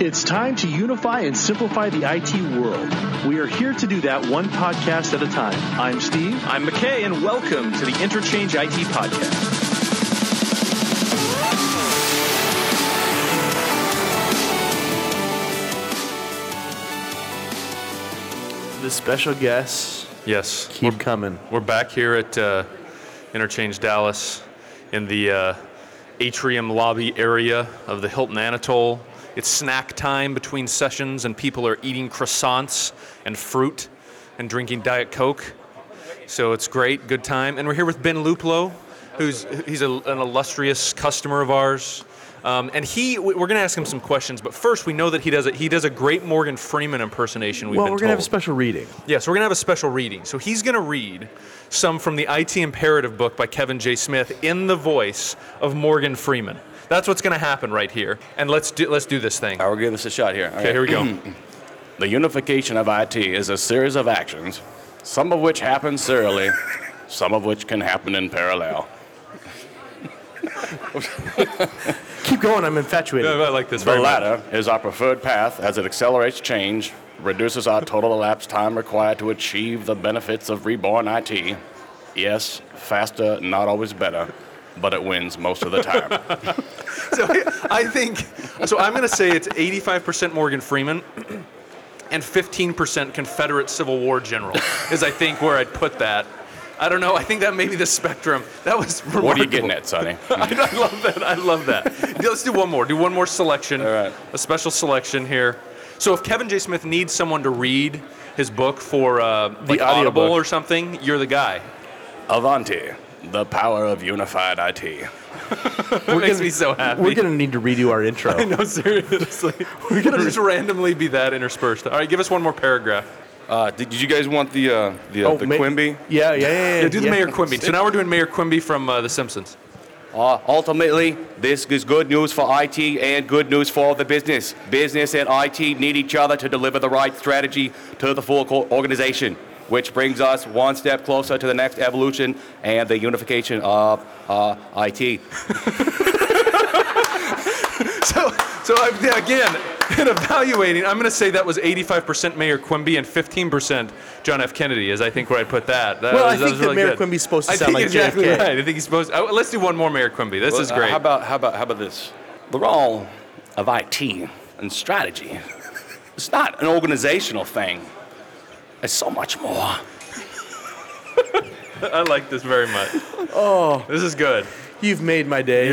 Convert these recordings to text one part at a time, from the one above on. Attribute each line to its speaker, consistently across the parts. Speaker 1: It's time to unify and simplify the IT world. We are here to do that one podcast at a time. I'm Steve.
Speaker 2: I'm McKay, and welcome to the Interchange IT Podcast.
Speaker 3: The special guests
Speaker 4: Yes,
Speaker 3: keep coming.
Speaker 4: we're back here at uh, Interchange Dallas in the uh, atrium lobby area of the Hilton Anatole. It's snack time between sessions, and people are eating croissants and fruit and drinking Diet Coke. So it's great, good time. And we're here with Ben Luplo, who's he's a, an illustrious customer of ours. Um, and he, we- we're going to ask him some questions, but first we know that he does a, he does a great Morgan Freeman impersonation. We've
Speaker 3: Well,
Speaker 4: been
Speaker 3: we're gonna have a
Speaker 4: told.
Speaker 3: special reading.
Speaker 4: Yeah, so we're going to have a special reading. So he's going to read some from the IT Imperative book by Kevin J. Smith in the voice of Morgan Freeman. That's what's going to happen right here. And let's do, let's do this thing.
Speaker 5: All right, we'll give this a shot here. All right.
Speaker 4: Okay, here we go.
Speaker 5: The unification of IT is a series of actions, some of which happen serially, some of which can happen in parallel.
Speaker 3: Keep going. I'm infatuated.
Speaker 4: I like this
Speaker 5: The
Speaker 4: very much.
Speaker 5: latter is our preferred path as it accelerates change, reduces our total elapsed time required to achieve the benefits of reborn IT. Yes, faster, not always better, but it wins most of the time.
Speaker 4: So I think, so I'm going to say it's 85% Morgan Freeman and 15% Confederate Civil War general is I think where I'd put that. I don't know. I think that may be the spectrum. That was remarkable.
Speaker 5: what are you getting at, Sonny?
Speaker 4: I love that. I love that. Yeah, Let's do one more. Do one more selection. All
Speaker 5: right.
Speaker 4: A special selection here. So if Kevin J. Smith needs someone to read his book for uh, like Audible
Speaker 5: audiobook.
Speaker 4: or something, you're the guy.
Speaker 5: Avanti, the power of unified IT.
Speaker 4: That makes me so happy.
Speaker 3: We're gonna need to redo our intro.
Speaker 4: no, seriously. We're going to just randomly be that interspersed. All right, give us one more paragraph.
Speaker 6: Uh, did, did you guys want the uh, the, uh,
Speaker 4: Oh,
Speaker 6: the
Speaker 3: Oh, ma-
Speaker 6: Quimby?
Speaker 3: Yeah, yeah, yeah.
Speaker 4: Yeah, do the Mayor Quimby. So now we're doing Mayor Quimby from uh, The Simpsons.
Speaker 6: Uh, ultimately, this is good news for IT and good news for the business. Business and IT need each other to deliver the right strategy to the full co- organization, which brings us one step closer to the next evolution and the unification of uh, IT.
Speaker 4: So, so I, yeah, again, in evaluating, I'm going to say that was 85% Mayor Quimby and 15% John F. Kennedy, is I think where I'd put that. That
Speaker 3: Well, I
Speaker 4: was, that
Speaker 3: think
Speaker 4: was
Speaker 3: that
Speaker 4: really
Speaker 3: Mayor
Speaker 4: good.
Speaker 3: Quimby's supposed to
Speaker 4: I
Speaker 3: sound
Speaker 4: think
Speaker 3: like
Speaker 4: exactly
Speaker 3: JFK.
Speaker 4: right. I think he's supposed. oh, let's do one more Mayor Quimby. This is
Speaker 6: Uh,
Speaker 4: great.
Speaker 6: How about how about how about this?
Speaker 5: The role of IT and strategy is not an organizational thing. It's so much more.
Speaker 4: I like this very much. Oh, this is good.
Speaker 3: You've made my day.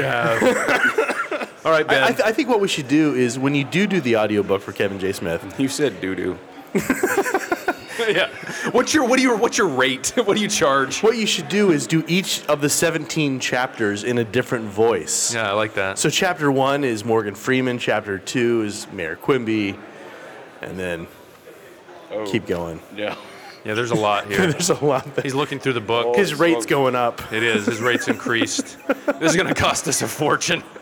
Speaker 4: All right, Ben.
Speaker 3: I, I, th- I think what we should do is when you do do the audiobook for Kevin J. Smith,
Speaker 6: You said doo doo.
Speaker 4: yeah. What's your what do you what's your rate? What do you charge?
Speaker 3: what you should do is do each of the 17 chapters in a different voice.
Speaker 4: Yeah, I like that.
Speaker 3: So chapter one is Morgan Freeman. Chapter two is Mayor Quimby, and then keep going.
Speaker 5: Yeah.
Speaker 4: Yeah, Oh. there's a lot Oh, here.
Speaker 3: There's a lot. That,
Speaker 4: He's looking through the book.
Speaker 3: his rate's going up.
Speaker 4: It is. His rate's increased. this is going to cost us a fortune.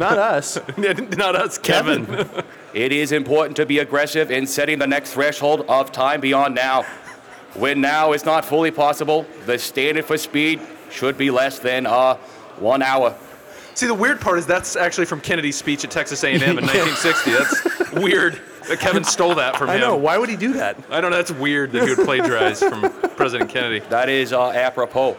Speaker 3: Not us.
Speaker 4: Not us,
Speaker 3: Kevin.
Speaker 4: Kevin.
Speaker 6: It is important to be aggressive in setting the next threshold of time beyond now.
Speaker 5: When now is not fully possible, the standard for speed should be less than uh, one hour.
Speaker 4: See, the weird part is that's actually from Kennedy's speech at Texas A&M in 1960. That's weird that Kevin stole that from
Speaker 3: I
Speaker 4: him.
Speaker 3: know. Why would he do that?
Speaker 4: I know that's weird that he would plagiarize from President Kennedy.
Speaker 5: That is uh, apropos.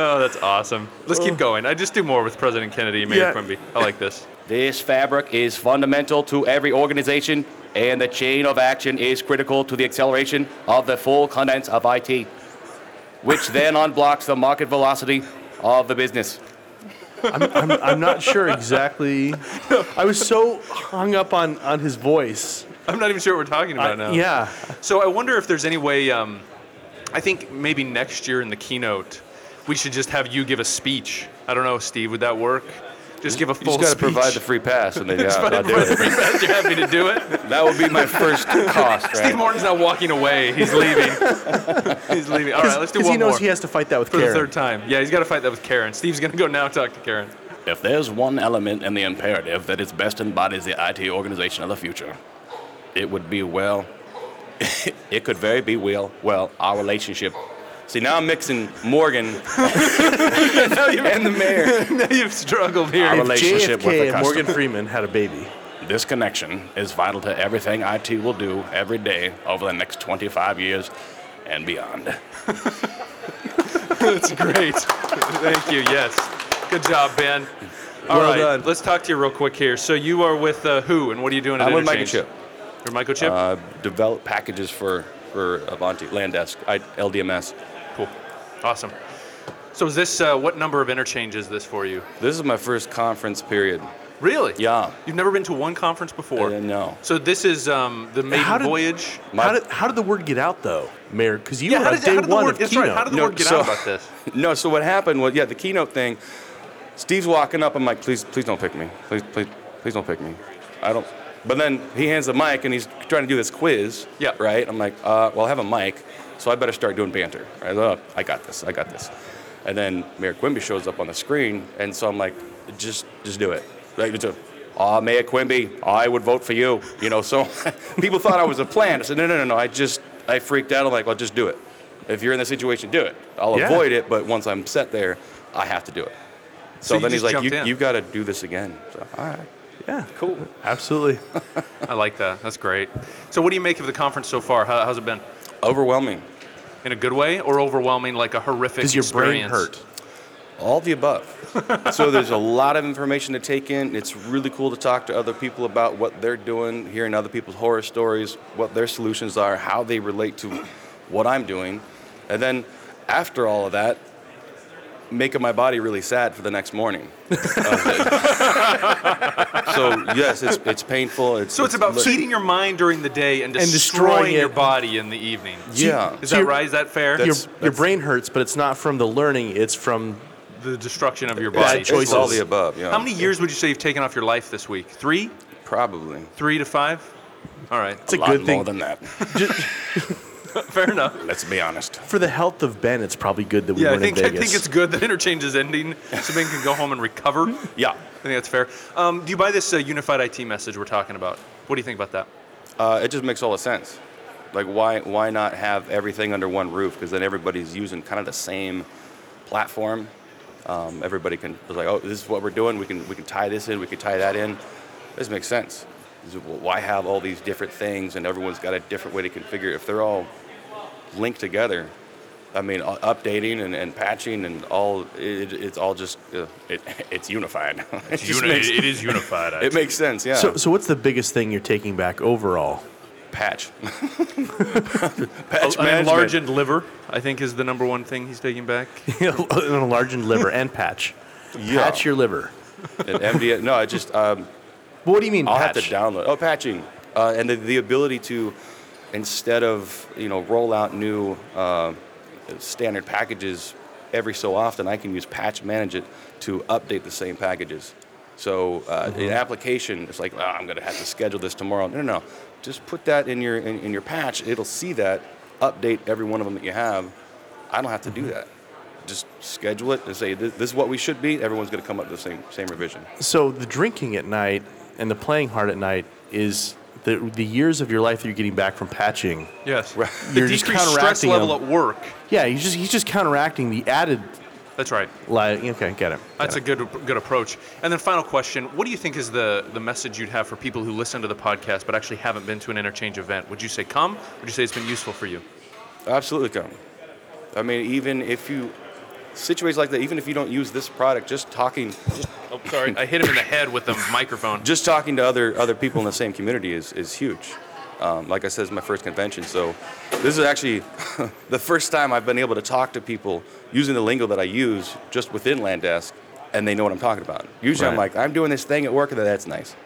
Speaker 4: Oh, that's awesome. Let's keep going. I just do more with President Kennedy and Mayor
Speaker 3: Yeah.
Speaker 4: Quimby. I like this.
Speaker 5: This fabric is fundamental to every organization, and the chain of action is critical to the acceleration of the full contents of IT, which then unblocks the market velocity of the business.
Speaker 3: I'm, I'm not sure exactly. I was so hung up on, on his voice.
Speaker 4: I'm not even sure what we're talking about now.
Speaker 3: Yeah.
Speaker 4: So I wonder if there's any way. Um, I think maybe next year in the keynote, we should just have you give a speech. I don't know, Steve. Would that work? Just give a
Speaker 6: You
Speaker 4: full
Speaker 6: just got to
Speaker 4: speech.
Speaker 6: provide the free pass, and then yeah, I'll do it.
Speaker 4: the. You're happy to do it.
Speaker 6: That would be my first cost. Right?
Speaker 4: Steve Martin's not walking away. He's leaving. he's leaving. All right, let's do
Speaker 3: Because
Speaker 4: one
Speaker 3: he knows
Speaker 4: more
Speaker 3: he has to fight that with
Speaker 4: for
Speaker 3: Karen.
Speaker 4: the third time. Yeah, he's got to fight that with Karen. Steve's gonna go now talk to Karen.
Speaker 5: If there's one element in the imperative that is best embodies the IT organization of the future, it would be well, it could very be well, well, our relationship
Speaker 6: See, now I'm mixing Morgan and the mayor.
Speaker 4: You've struggled here.
Speaker 6: Our
Speaker 3: If
Speaker 6: relationship
Speaker 3: JFK
Speaker 6: with the
Speaker 3: and Morgan
Speaker 6: customer.
Speaker 3: Freeman had a baby,
Speaker 6: This connection is vital to everything IT will do every day over the next 25 years and beyond.
Speaker 4: That's great. Thank you. Yes. Good job, Ben. All
Speaker 3: Well
Speaker 4: right,
Speaker 3: done.
Speaker 4: Let's talk to you real quick here. So you are with uh, who, and what are you doing at
Speaker 6: I'm with
Speaker 4: Interchange?
Speaker 6: Microchip.
Speaker 4: You're Microchip.
Speaker 6: Uh, develop packages for, for Avanti, Landesk, I, LDMS.
Speaker 4: cool. Awesome. So is this uh, what number of interchange is this for you?
Speaker 6: This is my first conference period.
Speaker 4: Really?
Speaker 6: Yeah.
Speaker 4: You've never been to one conference before.
Speaker 6: Uh, no.
Speaker 4: So this is um, the maiden
Speaker 3: How did-
Speaker 4: voyage.
Speaker 3: how
Speaker 6: My-
Speaker 3: did how did the word get out though, Mayor? Because you
Speaker 4: Yeah,
Speaker 3: were
Speaker 4: how
Speaker 3: on
Speaker 4: did-
Speaker 3: day
Speaker 4: how did the
Speaker 3: one
Speaker 4: word-
Speaker 3: of
Speaker 4: that's right,
Speaker 3: keynote.
Speaker 4: how did the
Speaker 6: No,
Speaker 4: word get
Speaker 6: so-
Speaker 4: out about this?
Speaker 6: No, so what happened was, yeah, the keynote thing. Steve's walking up. I'm like, please, please don't pick me. Please, please, please don't pick me. I don't. But then he hands the mic and he's trying to do this quiz.
Speaker 4: Yeah.
Speaker 6: Right. I'm like, uh, well, I have a mic, so I better start doing banter. I love. I got this. I got this. And then Mayor Quimby shows up on the screen, and so I'm like, just, just do it. Like, it's a, Ah, Mayor Quimby, I would vote for you. You know, so people thought I was a plant. I said, no, no, no, no. I just, I freaked out. I'm like, well, just do it. If you're in the situation, do it. I'll
Speaker 3: Yeah.
Speaker 6: avoid it, but once I'm set there, I have to do it.
Speaker 4: So
Speaker 6: So,
Speaker 4: you
Speaker 6: then
Speaker 4: just
Speaker 6: he's like,
Speaker 4: jumped
Speaker 6: you,
Speaker 4: in.
Speaker 6: "You've got to do this again." So, all right.
Speaker 3: Yeah, cool, absolutely.
Speaker 4: I like that. That's great. So what do you make of the conference so far? How, how's it been?
Speaker 6: Overwhelming.
Speaker 4: In a good way or overwhelming, like a horrific
Speaker 3: Does your brain
Speaker 4: experience?
Speaker 3: hurt?
Speaker 6: All the above. so there's a lot of information to take in. It's really cool to talk to other people about what they're doing, hearing other people's horror stories, what their solutions are, how they relate to what I'm doing. And then after all of that, making my body really sad for the next morning. so yes, it's, it's painful. It's,
Speaker 4: So it's about
Speaker 6: li-
Speaker 4: feeding your mind during the day and
Speaker 3: And
Speaker 4: destroying,
Speaker 3: destroying
Speaker 4: your
Speaker 3: it.
Speaker 4: body in the evening.
Speaker 6: Yeah.
Speaker 4: Is
Speaker 3: So
Speaker 4: that
Speaker 3: you're-
Speaker 4: right? Is that fair?
Speaker 3: Your,
Speaker 6: That's-
Speaker 3: your
Speaker 6: that's-
Speaker 3: brain hurts, but it's not from the learning; it's from
Speaker 4: the destruction of your
Speaker 6: It's-
Speaker 4: body.
Speaker 3: Bad
Speaker 6: It's all
Speaker 3: choices.
Speaker 6: the above. Yeah.
Speaker 4: How many years would you say you've taken off your life this week? Three?
Speaker 6: Probably.
Speaker 4: Three to five? All right.
Speaker 3: it's a,
Speaker 6: lot
Speaker 3: good thing.
Speaker 6: more than that.
Speaker 4: Fair enough.
Speaker 6: Let's be honest.
Speaker 3: For the health of Ben, it's probably good that we
Speaker 4: Yeah, I
Speaker 3: weren't
Speaker 4: think,
Speaker 3: in
Speaker 4: I
Speaker 3: Vegas.
Speaker 4: think it's good that interchange is ending so Ben can go home and recover.
Speaker 6: Yeah.
Speaker 4: I think that's fair. Um, do you buy this uh, unified IT message we're talking about? What do you think about that?
Speaker 6: Uh, it just makes all the sense. Like, why why not have everything under one roof? Because then everybody's using kind of the same platform. Um, everybody can is like, oh, this is what we're doing. We can we can tie this in. We can tie that in. This makes sense. This is- well, Why have all these different things and everyone's got a different way to configure? it? If they're all linked together, I mean, u- updating and, and patching and all it, it's all just uh, it, it's unified. it, just makes,
Speaker 4: it is unified.
Speaker 6: it makes sense. Yeah.
Speaker 3: So, so what's the biggest thing you're taking back overall?
Speaker 6: patch.
Speaker 4: An
Speaker 6: patch management.
Speaker 4: enlarged liver, I think, is the number one thing he's taking back.
Speaker 3: an enlarged liver and patch.
Speaker 6: Yeah.
Speaker 3: Patch your liver.
Speaker 6: And MDS. No, I just um,
Speaker 3: But what do you mean?
Speaker 6: I'll
Speaker 3: patch?
Speaker 6: have to download. Oh, patching, uh, and the, the ability to instead of you know roll out new uh, standard packages every so often, I can use patch manage it to update the same packages. So uh, in application, it's like oh, I'm going to have to schedule this tomorrow. No, no, no. Just put that in your in, in your patch. It'll see that, update every one of them that you have. I don't have to do that. Just schedule it and say this, this is what we should be. Everyone's going to come up with the same same revision.
Speaker 3: So the drinking at night and the playing hard at night is the the years of your life that you're getting back from patching.
Speaker 4: Yes. The
Speaker 3: You're just
Speaker 4: decreased stress
Speaker 3: counteracting
Speaker 4: level
Speaker 3: them.
Speaker 4: at work.
Speaker 3: Yeah, he's just he's just counteracting the added
Speaker 4: That's right.
Speaker 3: like okay, get it.
Speaker 4: That's a good good approach. And then final question: What do you think is the the message you'd have for people who listen to the podcast but actually haven't been to an interchange event? Would you say come? Would you say it's been useful for you?
Speaker 6: Absolutely come. I mean, even if you situations like that, even if you don't use this product, just talking, just,
Speaker 4: Oh, sorry, I hit him in the head with the microphone.
Speaker 6: just talking to other other people in the same community is is huge. Um, like I said, it's my first convention, so this is actually the first time I've been able to talk to people using the lingo that I use just within Landesk, and they know what I'm talking about. Usually, I'm
Speaker 3: Right.
Speaker 6: like, I'm doing this thing at work, and that's nice,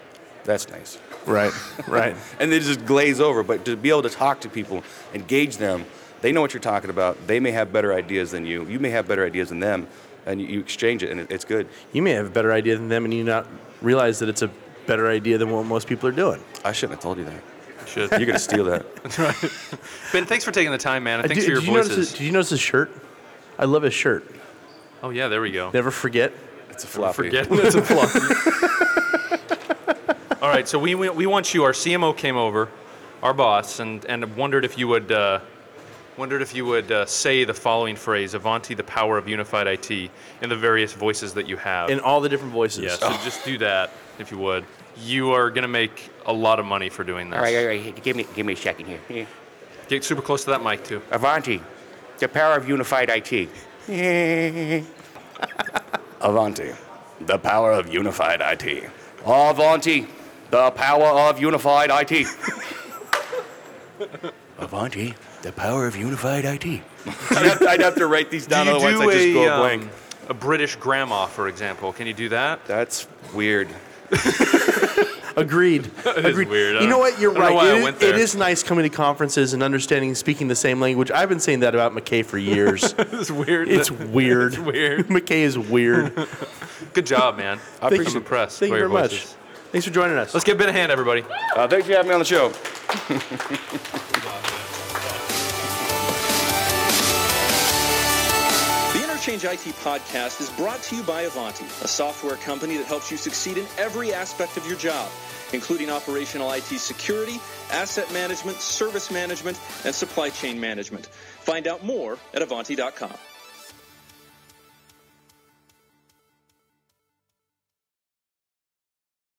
Speaker 6: that's nice.
Speaker 3: Right, right.
Speaker 6: and they just glaze over. But to be able to talk to people, engage them, they know what you're talking about. They may have better ideas than you. You may have better ideas than them, and you, you exchange it, and it, it's good.
Speaker 3: you may have a better idea than them, and you not realize that it's a better idea than what most people are doing.
Speaker 6: I shouldn't have told you that.
Speaker 4: Should.
Speaker 6: You're gonna steal that.
Speaker 4: Ben, thanks for taking the time, man, and
Speaker 3: did,
Speaker 4: thanks for your
Speaker 3: did you notice
Speaker 4: voices.
Speaker 3: his- did you notice his shirt? I love his shirt.
Speaker 4: oh yeah, there we go.
Speaker 3: Never forget.
Speaker 6: It's a floppy.
Speaker 4: Forget that's a All right, so we, we we want you. Our CMO came over, our boss, and and wondered if you would uh, Wondered if you would uh, say the following phrase, Avanti, the power of unified IT, in the various voices that you have.
Speaker 3: in all the different voices.
Speaker 4: yeah, so just do that, if you would. You are going to make a lot of money for doing this.
Speaker 5: All right, all right, all right. Give me, give me a second here. Yeah.
Speaker 4: Get super close to that mic, too.
Speaker 5: Avanti, the power of unified IT.
Speaker 6: Avanti, the power of unified IT.
Speaker 5: Avanti, the power of unified IT.
Speaker 6: Avanti, the power of unified IT.
Speaker 5: I'd, have to, I'd have to write these down,
Speaker 4: Do you
Speaker 5: otherwise
Speaker 4: do
Speaker 5: I just
Speaker 4: a,
Speaker 5: go
Speaker 4: um,
Speaker 5: blank.
Speaker 4: a British grandma, for example. Can you do that?
Speaker 6: That's weird.
Speaker 3: Agreed.
Speaker 4: is
Speaker 3: Agreed.
Speaker 4: weird. I
Speaker 3: You know
Speaker 4: don't-
Speaker 3: what? You're
Speaker 4: I don't
Speaker 3: right.
Speaker 4: know why I
Speaker 3: It is-
Speaker 4: went there.
Speaker 3: it is nice coming to conferences and understanding, speaking the same language. I've been saying that about McKay for years.
Speaker 4: It's weird.
Speaker 3: it's weird.
Speaker 4: weird.
Speaker 3: McKay is weird.
Speaker 4: Good job, man. I
Speaker 3: Thank
Speaker 4: am
Speaker 3: you.
Speaker 4: impressed.
Speaker 3: Thank
Speaker 4: by
Speaker 3: you
Speaker 4: your
Speaker 3: very much.
Speaker 4: voices.
Speaker 3: Thanks for joining us.
Speaker 4: Let's give Ben a hand, everybody.
Speaker 6: Uh, thanks for having me on the show.
Speaker 2: The Interchange IT podcast is brought to you by Avanti, a software company that helps you succeed in every aspect of your job, including operational IT security, asset management, service management, and supply chain management. Find out more at avanti.com.